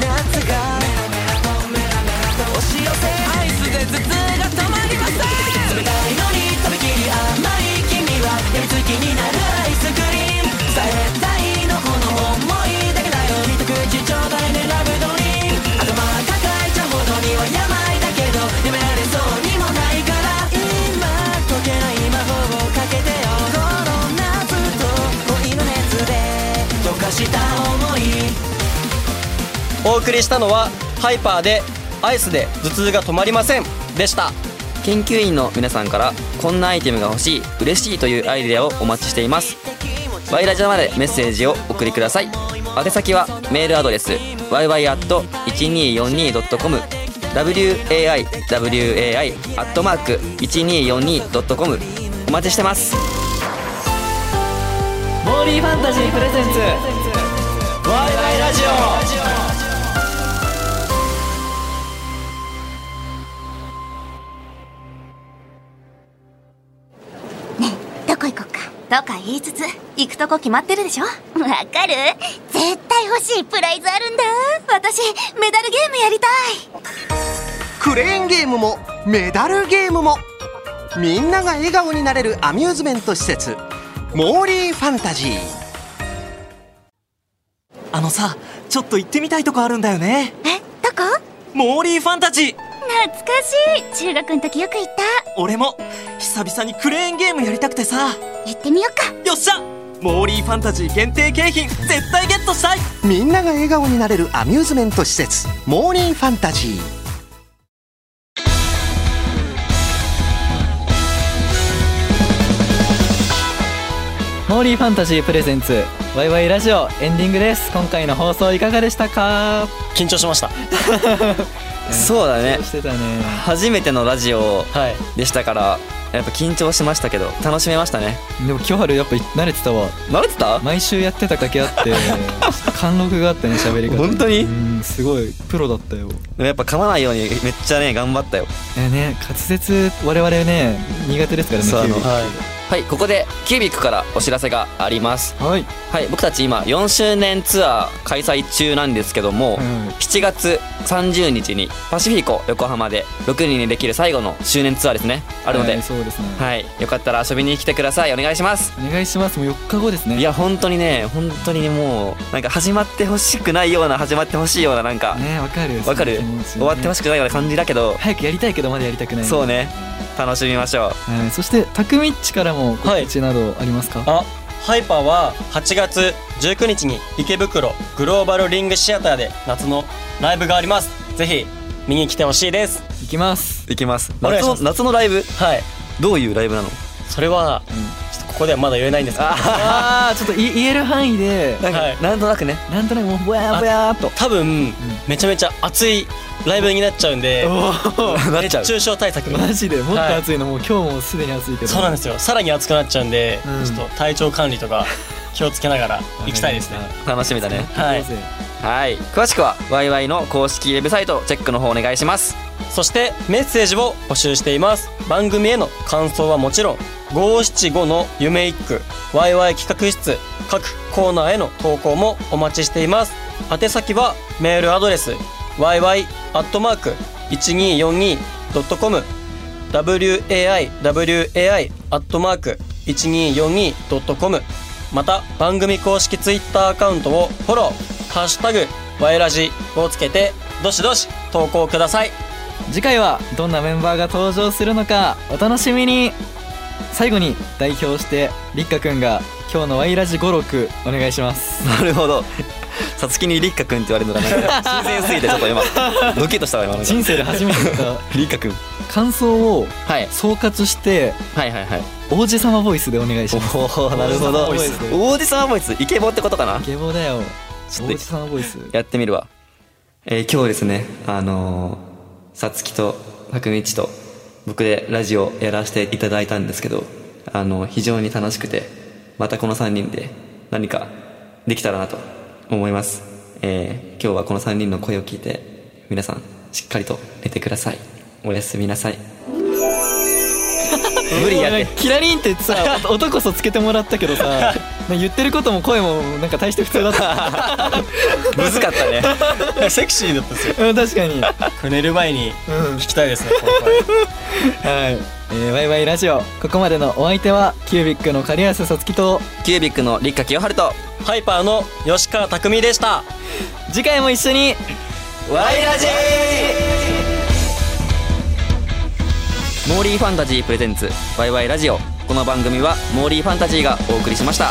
Speaker 7: 夏が押し寄せアイスで頭痛が止まりません冷たいのにとびきり甘い君はやみつきになるアイスクリーム伝えたいのこの思いだけだよ一口ちょうだいねラブドリーム頭抱えちゃうほどには病だけどやめられそうにもないから今解けない魔法をかけてよこの夏と恋の熱で溶かした想い
Speaker 3: お送りしたのはハイパーでアイスで頭痛が止まりませんでした。
Speaker 2: 研究員の皆さんからこんなアイテムが欲しい嬉しいというアイデアをお待ちしていますワイラジャまでメッセージをお送りください宛先はメールアドレス yy.1242.com waiwai.1242.com お待ちしてます
Speaker 1: モーリーファンタジープレゼンツ
Speaker 2: ワイワイラジオ
Speaker 4: どこ行こっかとか言いつつ行くとこ決まってるでしょわかる絶対欲しいプライズあるんだ私メダルゲームやりたい
Speaker 5: クレーンゲームもメダルゲームもみんなが笑顔になれるアミューズメント施設モーリーファンタジー
Speaker 6: あのさちょっと行ってみたいとこあるんだよね
Speaker 4: えどこ
Speaker 6: モーリーファンタジー
Speaker 4: な懐かしい中学の時よく行った
Speaker 6: 俺も久々にクレーンゲームやりたくてさ
Speaker 4: やってみよっか
Speaker 6: よっしゃモーリーファンタジー限定景品絶対ゲットしたい
Speaker 5: みんなが笑顔になれるアミューズメント施設モーリーファンタジー
Speaker 1: モーリーファンタジープレゼンツワイワイラジオエンディングです今回の放送いかがでしたか
Speaker 3: 緊張しました
Speaker 2: そうだね
Speaker 1: 緊張してたね
Speaker 2: 初めてのラジオ
Speaker 3: はい
Speaker 2: でしたからやっぱ緊張しましたけど楽しめましたね
Speaker 1: でも清春やっぱ慣れてたわ
Speaker 2: 慣れてた
Speaker 1: 毎週やってただけあ
Speaker 2: [LAUGHS]
Speaker 1: って貫禄があったね喋り方
Speaker 2: 本当に
Speaker 1: うんすごいプロだったよ
Speaker 2: でもやっぱ噛まないようにめっちゃね頑張ったよ
Speaker 1: えね滑舌我々ね苦手ですからね
Speaker 2: そうあの
Speaker 1: キュウ
Speaker 3: はい
Speaker 2: はいここでキュービックからお知らせがあります
Speaker 1: リはい、
Speaker 2: はい僕たち今4周年ツアー開催中なんですけども、
Speaker 1: うん
Speaker 2: 7月30日にパシフィコ横浜で6人でできる最後の周年ツアーですねあるので、
Speaker 1: はいそうですね、
Speaker 2: はい、よかったら遊びに来てくださいお願いします
Speaker 1: お願いしますもう4日後ですね
Speaker 2: いや本当にね本当にもうなんか始まってほしくないような始まってほしいようななんか
Speaker 1: ねわかる
Speaker 2: わかる
Speaker 1: その気持ちね
Speaker 2: 終わってほしくないような感じだけど
Speaker 1: 早くやりたいけどまだやりたくない
Speaker 2: そうね楽しみましょう
Speaker 1: はい、そしてたくみっちからも告知などありますか、
Speaker 3: あハイパーは8月19日に池袋グローバルリングシアターで夏のライブがありますぜひ見に来てほしいです
Speaker 1: い、きます
Speaker 2: いきます
Speaker 3: お願い
Speaker 2: 夏
Speaker 3: しま
Speaker 2: の
Speaker 3: す
Speaker 2: 夏のライブ
Speaker 3: はい
Speaker 2: どういうライブなの
Speaker 3: それは、
Speaker 1: ん
Speaker 3: ちょっとここではまだ言えないんですけど
Speaker 1: ああちょっとい言える範囲で
Speaker 2: なんか、
Speaker 3: はい
Speaker 2: なんとなくね
Speaker 1: なんとなくもうぼやーぼやーっと
Speaker 3: 多分、めちゃめちゃ熱いライブになっちゃうんで
Speaker 2: [LAUGHS] なっちゃ
Speaker 3: 熱
Speaker 2: う
Speaker 3: 中症対策
Speaker 1: マジでもっと暑いの、もう今日もすでに暑いけど
Speaker 3: そうなんですよさらに暑くなっちゃうんで、
Speaker 1: うん
Speaker 3: ちょっと体調管理とか気をつけながら行きたいですね
Speaker 2: 楽しみだね
Speaker 1: は
Speaker 3: はいい
Speaker 2: はい詳しくはワイワイの公式ウェブサイトチェックの方お願いします
Speaker 3: そしてメッセージを募集しています番組への感想はもちろん575の夢一句 YY 企画室各コーナーへの投稿もお待ちしています宛先はメールアドレス yy.1242.com waiwai.1242.com また番組公式ツイッターアカウントをフォロー「ハッシュタグワイラジ」をつけてどしどし投稿ください
Speaker 1: 次回はどんなメンバーが登場するのかお楽しみに最後に代表してりっかくんが今日のワイラジ56お願いします
Speaker 2: なるほど [LAUGHS] さつきにりっかくんって言われるのがなんか新鮮すぎてちょっと [LAUGHS] 今ドキッとしたわ今の
Speaker 1: 人生で初めて言った
Speaker 2: りっかくん
Speaker 1: 感想を
Speaker 2: はい
Speaker 1: 総括して
Speaker 2: はいはいはい
Speaker 1: 王子様ボイスでお願いします
Speaker 2: おおなるほど
Speaker 1: 王子様ボイスで
Speaker 2: 王子様ボイスイケボってことかな
Speaker 1: 下ボだよ
Speaker 2: ちょ
Speaker 1: 王
Speaker 2: っと
Speaker 1: 子様ボイス
Speaker 2: やってみるわ。えー今日ですね、あのー、さつきと、たくみちと、僕でラジオやらせていただいたんですけど、あのー非常に楽しくて、またこの3人で何かできたらなと思います。えー今日はこの3人の声を聞いて、皆さん、しっかりと寝てください。おやすみなさい。無理やって。
Speaker 1: キラリンってさ [LAUGHS] 音こそつけてもらったけどさ言ってることも声もなんか大して普通だった [LAUGHS]
Speaker 2: むずかったね。
Speaker 3: セクシーだったんですよ
Speaker 1: うん確かに
Speaker 3: これ寝る前に
Speaker 1: うん
Speaker 3: 聞きたいですね今回
Speaker 1: はい、えー、ワイワイラジオここまでのお相手はキュービックの狩安さつきと
Speaker 2: キュービックの立花清春と、
Speaker 3: ハイパーの吉川匠でした
Speaker 1: 次回も一緒に
Speaker 2: ワイラジモーリーファンタジープレゼンツワイワイラジオこの番組はモーリーファンタジーがお送りしました